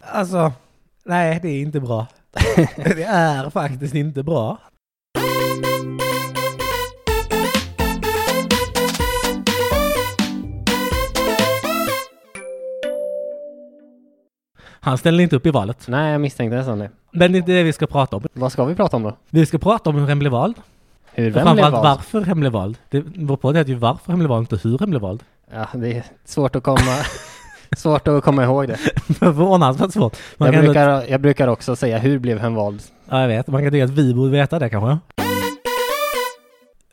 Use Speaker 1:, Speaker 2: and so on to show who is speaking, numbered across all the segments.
Speaker 1: Alltså, nej det är inte bra. det är faktiskt inte bra. Han ställde inte upp i valet.
Speaker 2: Nej, jag misstänkte nästan det.
Speaker 1: Men det är inte det vi ska prata om.
Speaker 2: Vad ska vi prata om då?
Speaker 1: Vi ska prata om hur hen blev vald.
Speaker 2: Hur
Speaker 1: Och
Speaker 2: vem blev
Speaker 1: framförallt
Speaker 2: vald?
Speaker 1: varför hen blev vald. Det, vår podd heter ju Varför hen blev vald, inte hur hen blev vald.
Speaker 2: Ja, det är svårt att komma, svårt att komma ihåg det.
Speaker 1: Förvånansvärt svårt. Man
Speaker 2: Jag
Speaker 1: kan ändå-
Speaker 2: brukar, jag brukar också säga hur blev han vald?
Speaker 1: Ja, jag vet. Man kan tycka att vi borde veta det kanske.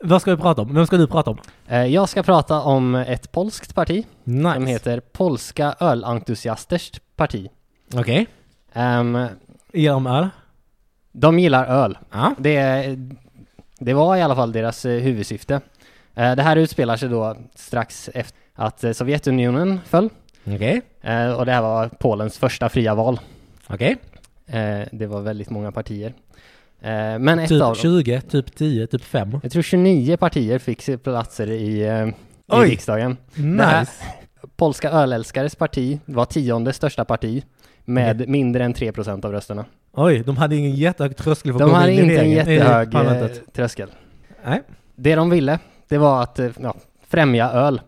Speaker 1: Vad ska vi prata om? Vem ska du prata om?
Speaker 2: Eh, Jag ska prata om ett polskt parti som
Speaker 1: Nice.
Speaker 2: heter Polska ölentusiasters parti.
Speaker 1: Okej.
Speaker 2: Ehm,
Speaker 1: Ge dem öl.
Speaker 2: De gillar öl.
Speaker 1: Ja.
Speaker 2: Det, det var i alla fall deras eh, huvudsyfte. Eh, Det här utspelar sig då strax efter att eh, Sovjetunionen föll
Speaker 1: Okej.
Speaker 2: eh, och det här var Polens första fria val.
Speaker 1: Okej.
Speaker 2: Eh, Det var väldigt många partier. Eh, Men ett av
Speaker 1: Typ
Speaker 2: dem,
Speaker 1: 20, typ 10, typ 5.
Speaker 2: jag tror 29 partier fick se platser i, eh, i
Speaker 1: Oj.
Speaker 2: riksdagen. Det här-
Speaker 1: Nice.
Speaker 2: Polska ölälskares parti var tionde största parti med mindre än 3% av rösterna.
Speaker 1: Oj, de hade ingen jättehög tröskel för att
Speaker 2: De
Speaker 1: komma
Speaker 2: hade
Speaker 1: in i
Speaker 2: inte en
Speaker 1: regeringen- i
Speaker 2: jättehög eh,
Speaker 1: parlamentet.
Speaker 2: tröskel.
Speaker 1: Nej.
Speaker 2: Det de ville, det var att eh, ja, främja öl.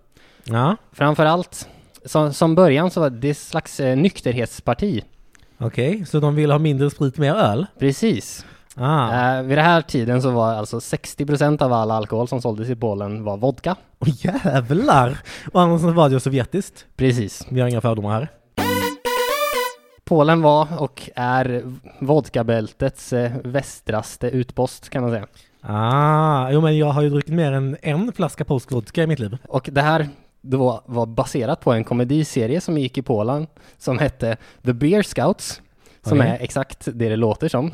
Speaker 1: Ja.
Speaker 2: Framförallt, som, som början så var det ett slags eh, nykterhetsparti.
Speaker 1: Okej, så de vill ha mindre sprit, mer öl?
Speaker 2: Precis.
Speaker 1: Ah.
Speaker 2: Eh, vid den här tiden så var alltså 60% av all alkohol som såldes i Polen var vodka.
Speaker 1: Åh jävlar! Och annars så var det ju sovjetiskt.
Speaker 2: Precis.
Speaker 1: Vi har inga fördomar här.
Speaker 2: Polen var och är vodkabältets eh, västraste utpost kan man säga.
Speaker 1: Ah, jo men jag har ju druckit mer än en flaska polsk vodka i mitt liv.
Speaker 2: Och det här då var baserat på en komediserie som gick i Polen som hette The Beer Scouts, som
Speaker 1: Okej.
Speaker 2: är exakt det det låter som.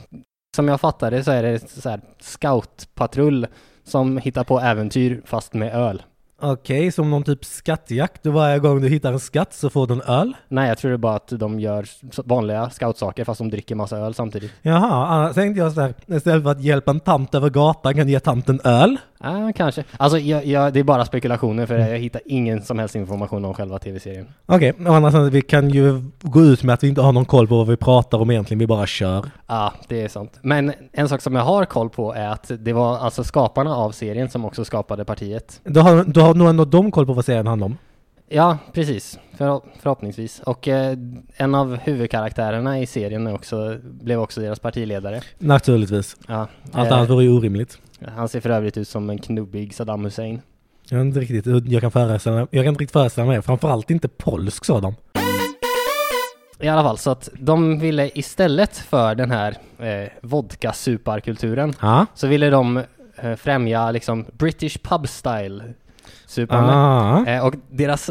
Speaker 2: Som jag fattade så är det så här scoutpatrull som hittar på äventyr fast med öl.
Speaker 1: Okej, som någon typ skattjakt. Och varje gång du hittar en skatt så får du en öl.
Speaker 2: Nej, jag tror det är bara att de gör s- vanliga scoutsaker fast de dricker massa öl samtidigt.
Speaker 1: Jaha, annars tänkte jag så här, istället för att hjälpa en tant över gatan kan du ge tanten öl.
Speaker 2: Ja, ah, kanske. Alltså, jag, jag, det är bara spekulationer för jag hittar ingen som helst information om själva tv-serien.
Speaker 1: Okej, och annars så, vi kan ju gå ut med att vi inte har någon koll på vad vi pratar om egentligen, vi bara kör.
Speaker 2: Ja, det är sant. Men en sak som jag har koll på är att det var alltså skaparna av serien som också skapade partiet.
Speaker 1: Då har, då har nog ändå de koll på vad serien handlar om.
Speaker 2: Ja, precis. För, förhoppningsvis. Och eh, en av huvudkaraktärerna i serien är också, blev också deras partiledare.
Speaker 1: Naturligtvis.
Speaker 2: Ja,
Speaker 1: Allt
Speaker 2: eh,
Speaker 1: annat vore ju orimligt.
Speaker 2: Han ser för övrigt ut som en knubbig Saddam Hussein.
Speaker 1: Jag, är inte riktigt, jag, kan föreställa, jag kan inte riktigt föreställa mig det, framförallt inte polsk sådan.
Speaker 2: I alla fall, så att de ville istället för den här eh, vodka-suparkulturen
Speaker 1: Ja.
Speaker 2: så ville de eh, främja liksom British pub style supande.
Speaker 1: Ah.
Speaker 2: Eh, och deras,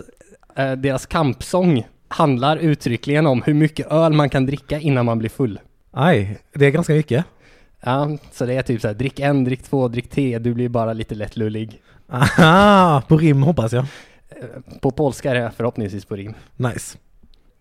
Speaker 2: eh, deras kampsång handlar uttryckligen om hur mycket öl man kan dricka innan man blir full.
Speaker 1: Aj, det är ganska mycket.
Speaker 2: Ja, så det är typ så här, drick en, drick två, drick tre, du blir bara lite lätt lullig.
Speaker 1: Aha, på rim hoppas jag.
Speaker 2: På polska är det förhoppningsvis på rim.
Speaker 1: Nice.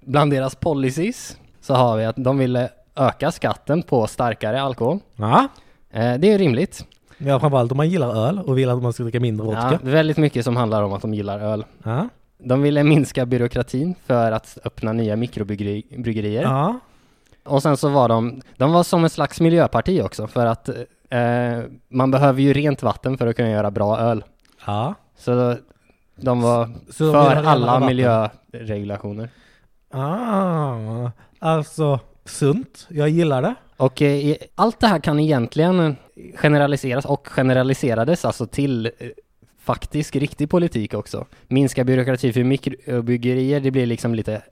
Speaker 2: Bland deras policies så har vi att de ville öka skatten på starkare alkohol.
Speaker 1: Ja.
Speaker 2: Eh, det är ju rimligt.
Speaker 1: Ja, framförallt om man gillar öl och vill att man ska dricka mindre
Speaker 2: Ja,
Speaker 1: vodka.
Speaker 2: väldigt mycket som handlar om att de gillar öl.
Speaker 1: Ja.
Speaker 2: De ville minska byråkratin för att öppna nya mikrobryggerier.
Speaker 1: Ja.
Speaker 2: Och sen så var de, de var som ett slags miljöparti också för att eh, man behöver ju rent vatten för att kunna göra bra öl.
Speaker 1: ja.
Speaker 2: Så de var
Speaker 1: så de
Speaker 2: för
Speaker 1: vill ha rena
Speaker 2: alla
Speaker 1: vatten.
Speaker 2: miljöregulationer.
Speaker 1: Ah, alltså sunt. Jag gillar det.
Speaker 2: Och eh, i- allt det här kan egentligen generaliseras och generaliserades alltså till eh, faktisk riktig politik också. Minska byråkrati för mikrobryggerier, det blir liksom lite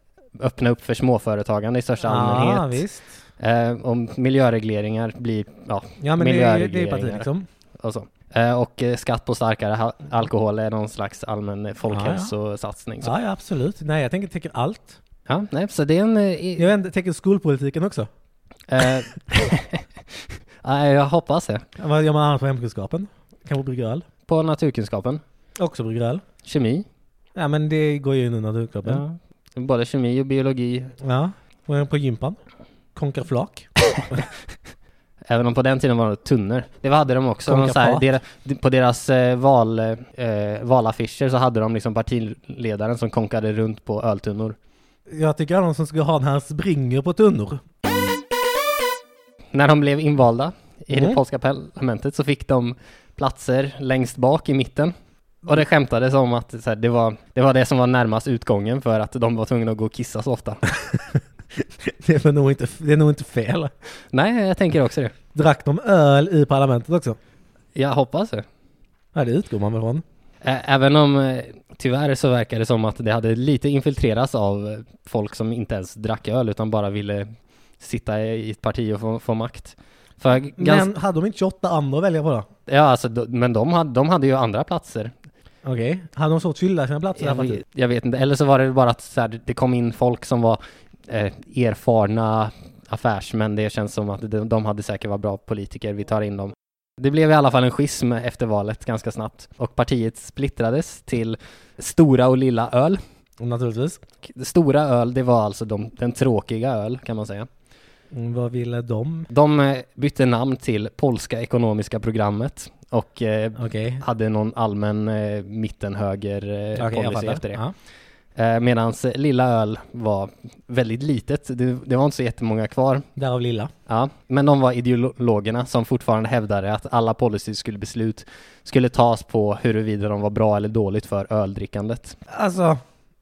Speaker 2: öppna upp för småföretagande i största
Speaker 1: Ja,
Speaker 2: allmänhet.
Speaker 1: Ah, visst.
Speaker 2: Eh, och miljöregleringar blir, ja,
Speaker 1: Ja, men det är ju det är ju parti
Speaker 2: Miljöregleringar.
Speaker 1: liksom.
Speaker 2: och så. Eh, Och eh, skatt på starkare ha- alkohol är någon slags allmän eh, folkhälsosatsning. Så.
Speaker 1: Ja, ja, absolut. Nej, jag tänker täcker allt.
Speaker 2: Ja, nej, så det är en... eh, i-
Speaker 1: Jag vet inte, tänker skolpolitiken också.
Speaker 2: eh, ja, jag hoppas det.
Speaker 1: Vad gör man annars på hemkunskapen? Kanske brygger öl.
Speaker 2: På naturkunskapen,
Speaker 1: Också brygger öl.
Speaker 2: kemi,
Speaker 1: Ja, men det går ju in under naturkroppen.
Speaker 2: ja. både kemi och biologi.
Speaker 1: Ja. ja. På gympan. Konkar flak.
Speaker 2: Även om på den tiden var det tunnor. Det hade de också. Någon så här,
Speaker 1: Konkafat.
Speaker 2: dera- på deras eh, val, eh, valaffischer så hade de liksom partiledaren som konkade runt på öltunnor.
Speaker 1: Jag tycker alla som ska ha den här springer på tunnor.
Speaker 2: När de blev invalda i det
Speaker 1: Mm.
Speaker 2: polska parlamentet så fick de platser längst bak i mitten. Och det skämtades om att så här, det, var, det var det som var närmast utgången för att de var tvungna att gå och kissa så ofta.
Speaker 1: Det är, väl nog inte, det är nog inte fel.
Speaker 2: Nej, jag tänker också det.
Speaker 1: Drack de öl i parlamentet också?
Speaker 2: Jag hoppas det.
Speaker 1: Ja, det utgår man väl från.
Speaker 2: Ä- Även om eh, tyvärr så verkar det som att det hade lite infiltrerats av eh, folk som inte ens drack öl utan bara ville sitta i ett parti och få, få makt. För gans-
Speaker 1: Men hade de inte 28 andra att välja på då?
Speaker 2: ja, alltså, d- men de hade, de hade ju andra platser.
Speaker 1: Okej. Hade de svårt att fylla sina platser?
Speaker 2: Jag,
Speaker 1: därför att- typ.
Speaker 2: vet- jag vet inte, eller så var det bara att så här, det kom in folk som var eh, erfarna affärsmän. Det känns som att de, de hade säkert varit bra politiker, vi tar in dem. Det blev i alla fall en schism efter valet ganska snabbt och partiet splittrades till Stora och Lilla Öl.
Speaker 1: Naturligtvis.
Speaker 2: Stora öl, det var alltså de, den tråkiga öl kan man säga.
Speaker 1: Mm, Vad ville de?
Speaker 2: De eh, bytte namn till Polska ekonomiska programmet och eh,
Speaker 1: Okej.
Speaker 2: hade någon allmän eh, mittenhöger eh,
Speaker 1: Okej, jag
Speaker 2: policy
Speaker 1: fattar.
Speaker 2: efter det.
Speaker 1: Ja.
Speaker 2: Eh, Medan Lilla öl var väldigt litet, det, det var inte så jättemånga kvar.
Speaker 1: Därav lilla.
Speaker 2: Ja, men de var ideologerna som fortfarande hävdade att alla policies skulle beslut skulle tas på huruvida de var bra eller dåligt för öldrickandet.
Speaker 1: Alltså,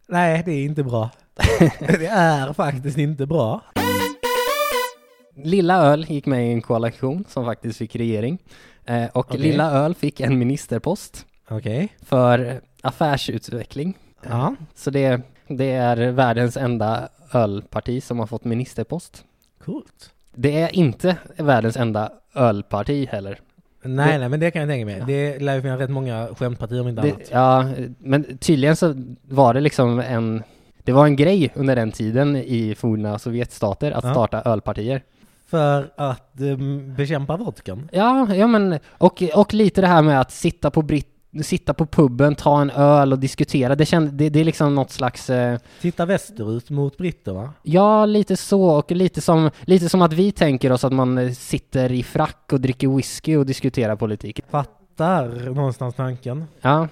Speaker 1: nej det är inte bra. det är faktiskt inte bra.
Speaker 2: Lilla Öl gick med i en koalition som faktiskt fick regering. Eh, och
Speaker 1: Okej.
Speaker 2: Lilla Öl fick en ministerpost
Speaker 1: Okej.
Speaker 2: för affärsutveckling.
Speaker 1: Ja.
Speaker 2: Så det, det är världens enda ölparti som har fått ministerpost.
Speaker 1: Coolt.
Speaker 2: Det är inte världens enda ölparti heller.
Speaker 1: Nej,
Speaker 2: Det-
Speaker 1: nej, men det kan jag tänka mig.
Speaker 2: Ja.
Speaker 1: Det lär ju finnas rätt många skämtpartier om inte annat.
Speaker 2: Det, ja, men tydligen så var det liksom en det var en grej under den tiden i forna Sovjetstater att
Speaker 1: Ja.
Speaker 2: starta ölpartier.
Speaker 1: För att um, bekämpa vodkan.
Speaker 2: Ja, ja men, och, och lite det här med att sitta på britt sitta på puben, ta en öl och diskutera. Det, känd, det, det är liksom något slags, eh,
Speaker 1: Titta västerut mot britterna.
Speaker 2: ja lite så och lite som, lite som att vi tänker oss att man eh, sitter i frack och dricker whisky och diskuterar politik.
Speaker 1: Fattar någonstans tanken.
Speaker 2: Ja,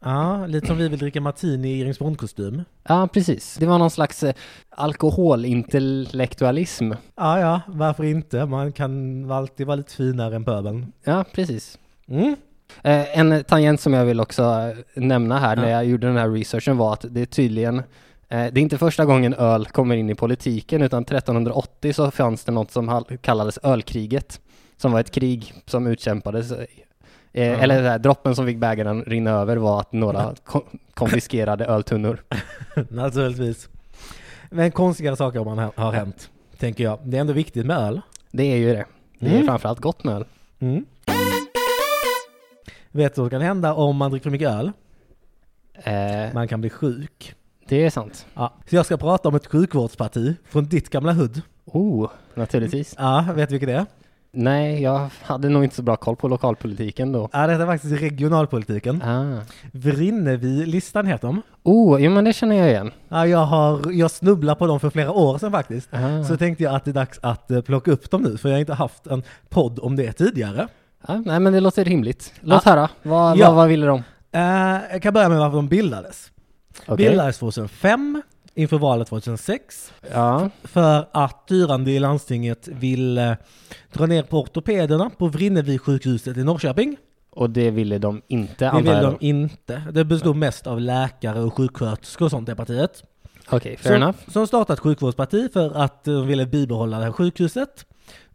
Speaker 1: Ja, lite som vi vill dricka martini i James Bond-kostym.
Speaker 2: ja precis. Det var någon slags eh, alkoholintellektualism.
Speaker 1: Ja, ja, varför inte? Man kan alltid vara lite finare än pöbeln.
Speaker 2: Ja, precis.
Speaker 1: Mm.
Speaker 2: Eh, En tangent som jag vill också eh, nämna här när
Speaker 1: Ja.
Speaker 2: jag gjorde den här researchen var att det är tydligen eh, det är inte första gången öl kommer in i politiken utan 1380 så fanns det något som hall- kallades ölkriget som var ett krig som utkämpades eh, eh, eller det här, droppen som fick bägaren att rinna över var att några ko- konfiskerade öltunnor.
Speaker 1: Naturligtvis. Men konstigare saker om man ha- har hänt, tänker jag. Det är ändå viktigt med öl.
Speaker 2: Det är ju det. Det är
Speaker 1: Mm.
Speaker 2: framförallt gott med öl.
Speaker 1: Mm. Vet du vad som kan hända om man dricker för mycket öl?
Speaker 2: Eh,
Speaker 1: Man kan bli sjuk.
Speaker 2: det är sant.
Speaker 1: Ja. Så jag ska prata om ett sjukvårdsparti från ditt gamla hud.
Speaker 2: Oh, naturligtvis.
Speaker 1: Ja, vet du vilket det är?
Speaker 2: Nej, jag hade nog inte så bra koll på lokalpolitiken då.
Speaker 1: Ja, detta är faktiskt regionalpolitiken.
Speaker 2: Ah.
Speaker 1: Vrinnevi-listan heter de.
Speaker 2: Oh, jo men det känner jag igen.
Speaker 1: Ja, jag, har, jag snubblade på dem för flera år sedan faktiskt.
Speaker 2: Ah.
Speaker 1: Så tänkte jag att det är dags att eh, plocka upp dem nu, för jag har inte haft en podd om det tidigare.
Speaker 2: Ja, nej men det låter rimligt. Låt höra, vad,
Speaker 1: Ja.
Speaker 2: vad, vad ville de?
Speaker 1: Eh, jag kan börja med varför de bildades.
Speaker 2: Okej.
Speaker 1: Bildades 2005, inför valet 2006,
Speaker 2: Ja,
Speaker 1: för att styrande i landstinget ville dra ner på ortopederna på Vrinnevi sjukhuset i Norrköping.
Speaker 2: och det ville de inte
Speaker 1: Det
Speaker 2: antar
Speaker 1: ville
Speaker 2: jag.
Speaker 1: de
Speaker 2: då.
Speaker 1: inte. Det bestod mest av läkare och sjuksköterskor och sånt i partiet.
Speaker 2: Okej, fair
Speaker 1: som,
Speaker 2: enough.
Speaker 1: som startade ett sjukvårdsparti för att de ville bibehålla det här sjukhuset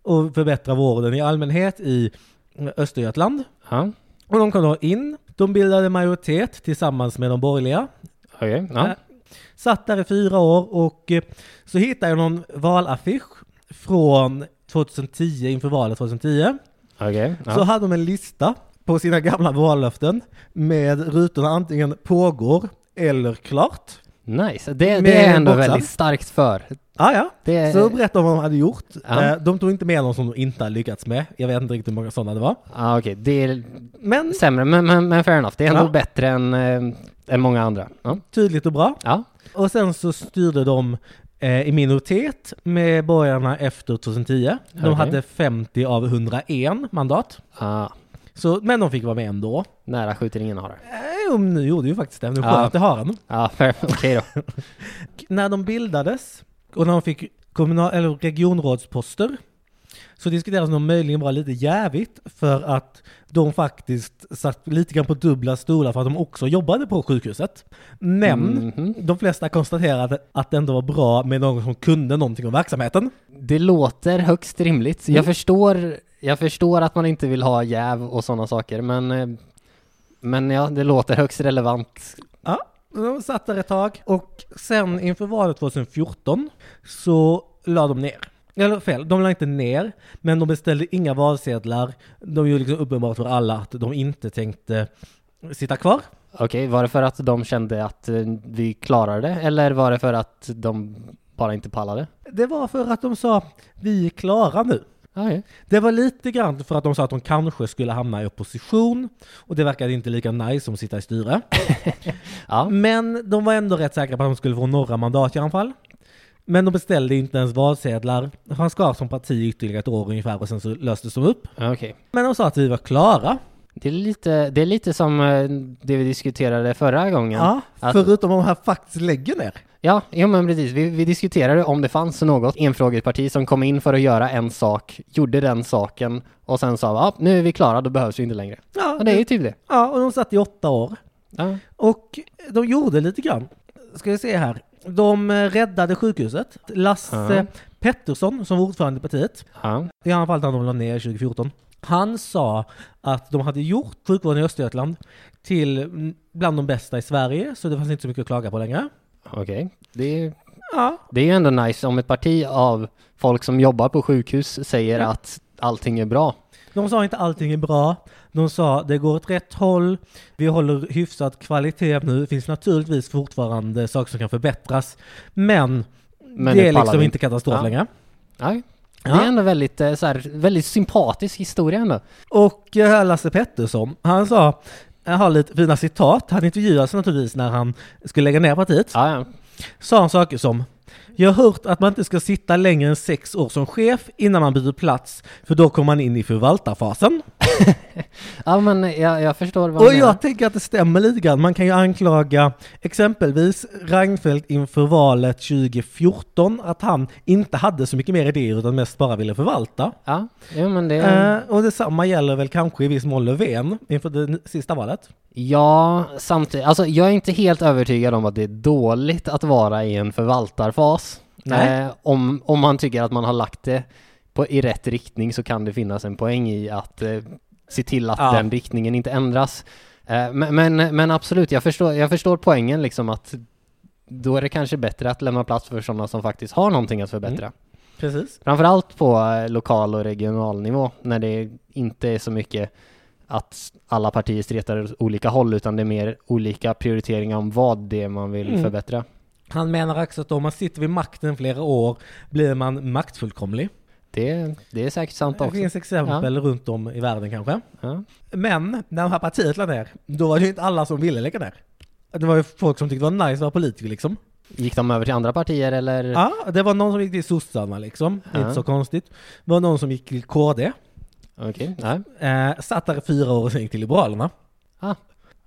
Speaker 1: och förbättra vården i allmänhet i eh, Östergötland.
Speaker 2: Ja,
Speaker 1: Och de kom då in, de bildade majoritet tillsammans med de borgerliga,
Speaker 2: okej. ja.
Speaker 1: Äh. satt där i fyra år och eh, så hittade jag någon valaffisch från 2010, inför valet 2010.
Speaker 2: Okej.
Speaker 1: Så
Speaker 2: ja.
Speaker 1: hade de en lista på sina gamla vallöften med rutorna antingen pågår eller klart.
Speaker 2: Nice, det, det
Speaker 1: Med
Speaker 2: är jag ändå
Speaker 1: boxar.
Speaker 2: väldigt starkt för.
Speaker 1: Ah, ja.
Speaker 2: Det är,
Speaker 1: Så berättade de vad de hade gjort.
Speaker 2: Ja.
Speaker 1: Eh, De tog inte med någon som de inte hade lyckats med. Jag vet inte riktigt hur många sådana det var.
Speaker 2: ja, okej, det är
Speaker 1: Men
Speaker 2: sämre, men, men, men fair enough. Det är ändå
Speaker 1: Ja.
Speaker 2: bättre än, eh, än många andra. Ja.
Speaker 1: tydligt och bra.
Speaker 2: ja.
Speaker 1: Och sen så styrde de eh, i minoritet med borgarna efter 2010. De
Speaker 2: Okej.
Speaker 1: hade 50 av 101 mandat.
Speaker 2: Ah.
Speaker 1: Så, men de fick vara med ändå.
Speaker 2: Nära skjuter ingen hare. Ja,
Speaker 1: Eh, Jo, nu gjorde ju faktiskt det. Nu
Speaker 2: Ja.
Speaker 1: sköt det haren.
Speaker 2: fair. okej då.
Speaker 1: När de bildades och när de fick kommunal, eller regionrådsposter så diskuterades de möjligen vara lite jävigt för att de faktiskt satt lite grann på dubbla stolar för att de också jobbade på sjukhuset. Men
Speaker 2: Mhm.
Speaker 1: de flesta konstaterade att det ändå var bra med någon som kunde någonting om verksamheten.
Speaker 2: Det låter högst rimligt. Jag,
Speaker 1: Mm.
Speaker 2: förstår, jag förstår att man inte vill ha jäv och sådana saker, men, eh, men ja, det låter högst relevant.
Speaker 1: Ja, de satt där ett tag och sen inför valet 2014 så la de ner. Eller fel, de la inte ner, men de beställde inga valsedlar. De gjorde liksom uppenbart för alla att de inte tänkte sitta kvar.
Speaker 2: Okej, var det för att de kände att eh, vi klarar det, eller var det för att de bara inte pallade?
Speaker 1: Det var för att de sa vi är klara nu.
Speaker 2: Okej.
Speaker 1: Det var lite grann för att de sa att de kanske skulle hamna i opposition och det verkade inte lika nice som att sitta i styre.
Speaker 2: Ja,
Speaker 1: Men de var ändå rätt säkra på att de skulle få några mandat i alla fall. Men de beställde inte ens valsedlar. Han skar som parti i ytterligare ett år ungefär och sen så löstes de upp.
Speaker 2: okej.
Speaker 1: Men de sa att vi var klara.
Speaker 2: Det är, lite, det är lite som eh, det vi diskuterade förra gången.
Speaker 1: Ja,
Speaker 2: Att-
Speaker 1: förutom om de här faktiskt lägger ner.
Speaker 2: Ja, jo men precis. Vi, vi diskuterade om det fanns något enfrågeparti som kom in för att göra en sak, gjorde den saken och sen sa ja, nu är vi klara, då behövs vi inte längre.
Speaker 1: Ja,
Speaker 2: Och det är ju typ det.
Speaker 1: ja, och de satt i åtta år.
Speaker 2: Ja.
Speaker 1: Och de gjorde lite grann. Ska vi se här. De eh, räddade sjukhuset. Lasse
Speaker 2: Ja.
Speaker 1: Pettersson, som var ordförande i partiet,
Speaker 2: Ja.
Speaker 1: i alla fall när de la ner 2014, han sa att de hade gjort sjukvården i Östergötland till mm, bland de bästa i Sverige, så det fanns inte så mycket att klaga på längre.
Speaker 2: Okej. Det, är-
Speaker 1: Ja,
Speaker 2: det är ju ändå nice om ett parti av folk som jobbar på sjukhus säger att allting är bra.
Speaker 1: De sa inte allting är bra. De sa det går åt rätt håll. Vi håller hyfsat kvalitet nu. Det finns naturligtvis fortfarande saker som kan förbättras. Men,
Speaker 2: Men
Speaker 1: det
Speaker 2: nu
Speaker 1: är
Speaker 2: pallar
Speaker 1: liksom
Speaker 2: vi.
Speaker 1: inte katastrof
Speaker 2: Ja.
Speaker 1: längre.
Speaker 2: Ja. Det
Speaker 1: Ja.
Speaker 2: är ändå väldigt, eh, så här, väldigt sympatisk historia ändå.
Speaker 1: Och eh, Lasse Pettersson, han sa, jag har lite fina citat. Han intervjuades naturligtvis när han skulle lägga ner partiet.
Speaker 2: Ja, ja.
Speaker 1: Sa han saker som jag har hört att man inte ska sitta längre än sex år som chef innan man byter plats, för då kommer man in i förvaltarfasen.
Speaker 2: ja men jag, jag förstår vad
Speaker 1: Och
Speaker 2: du menar.
Speaker 1: jag tänker att det stämmer lite grann. Man kan ju anklaga exempelvis Reinfeldt inför valet 2014 att han inte hade så mycket mer idéer utan mest bara ville förvalta.
Speaker 2: Ja, jo, men det...
Speaker 1: Eh, och detsamma gäller väl kanske i viss mån Löfven inför det n- sista valet.
Speaker 2: Ja, samtidigt. Alltså, jag är inte helt övertygad om att det är dåligt att vara i en förvaltarfas.
Speaker 1: Nej.
Speaker 2: Eh, om, om man tycker att man har lagt det på, i rätt riktning så kan det finnas en poäng i att eh, se till att
Speaker 1: Ja.
Speaker 2: den riktningen inte ändras. Eh, men, men, men absolut, jag förstår, jag förstår poängen liksom att då är det kanske bättre att lämna plats för sådana som faktiskt har någonting att förbättra.
Speaker 1: Precis.
Speaker 2: Framförallt på eh, lokal och regional nivå när det inte är så mycket att alla partier stretar åt olika håll utan det är mer olika prioriteringar om vad det är man vill
Speaker 1: Mm.
Speaker 2: förbättra.
Speaker 1: Han menar också att om man sitter vid makten flera år blir man maktfullkomlig.
Speaker 2: Det, det är säkert sant
Speaker 1: Det
Speaker 2: också.
Speaker 1: finns exempel runt om i världen kanske.
Speaker 2: Ja.
Speaker 1: Men när det här partiet la ner, då var det ju inte alla som ville lägga ner. Det var ju folk som tyckte det var nice att vara politiker liksom.
Speaker 2: Gick de över till andra partier eller?
Speaker 1: Ja, det var någon som gick till sossarna liksom.
Speaker 2: Ja.
Speaker 1: Inte så konstigt. Det var någon som gick till KD.
Speaker 2: Okej, nej.
Speaker 1: Eh, satt där i fyra år och sen gick till Liberalerna.
Speaker 2: Ah.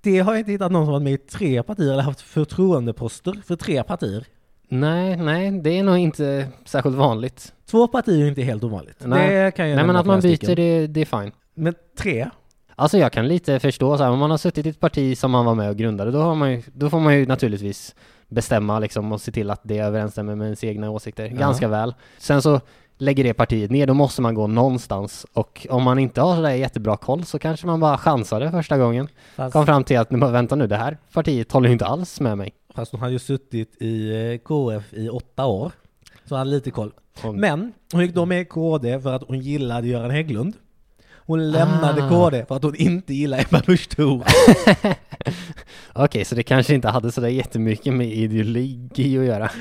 Speaker 1: Det har jag inte hittat någon som varit med i tre partier eller haft förtroendeposter för tre partier.
Speaker 2: nej, nej, det är nog inte särskilt vanligt.
Speaker 1: Två partier är inte helt ovanligt.
Speaker 2: Nej.
Speaker 1: Det kan jag
Speaker 2: Nej men
Speaker 1: nämna
Speaker 2: att man
Speaker 1: flera
Speaker 2: byter
Speaker 1: stycken.
Speaker 2: det, det är fine.
Speaker 1: Men tre?
Speaker 2: Alltså jag kan lite förstå, så här, om man har suttit i ett parti som man var med och grundade, då, har man ju, då får man ju naturligtvis bestämma liksom, och se till att det överensstämmer med ens egna åsikter
Speaker 1: Ja.
Speaker 2: ganska väl. Sen så lägger det partiet ner, då måste man gå någonstans och om man inte har sådär jättebra koll så kanske man bara chansade första gången.
Speaker 1: Fast,
Speaker 2: Kom fram till att, "Nej, men vänta nu, det här partiet håller ju inte alls med mig.
Speaker 1: fast hon hade ju suttit i eh, KF i åtta år. Så han hade lite koll.
Speaker 2: Och,
Speaker 1: Men hon gick då med i KD för att hon gillade Göran Hägglund. Hon lämnade
Speaker 2: Ah.
Speaker 1: KD för att hon inte gillade Ebba Busch Thor.
Speaker 2: Okej, så det kanske inte hade sådär jättemycket med ideologi att göra.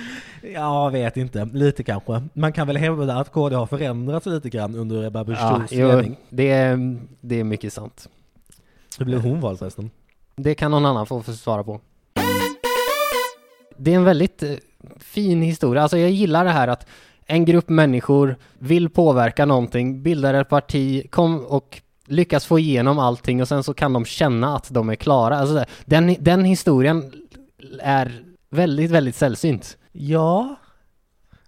Speaker 1: Ja, vet inte. Lite kanske. Man kan väl hävda att KD har förändrats lite grann under Ebba Busch
Speaker 2: Ja,
Speaker 1: Thors
Speaker 2: jo,
Speaker 1: ledning.
Speaker 2: det, är- det är mycket sant.
Speaker 1: Hur blev hon vald förresten?
Speaker 2: Det kan någon annan få få svara på. Det är en väldigt eh, fin historia. Alltså jag gillar det här att en grupp människor vill påverka någonting, bildar ett parti kom och lyckas få igenom allting och sen så kan de känna att de är klara. Alltså, det- den, den historien är väldigt, väldigt sällsynt.
Speaker 1: Ja,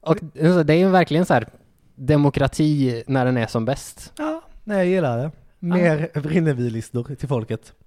Speaker 2: Och alltså, det är ju verkligen så här demokrati när den är som bäst.
Speaker 1: ja nej, jag gillar det. Mer Vrinnevi-listor till folket.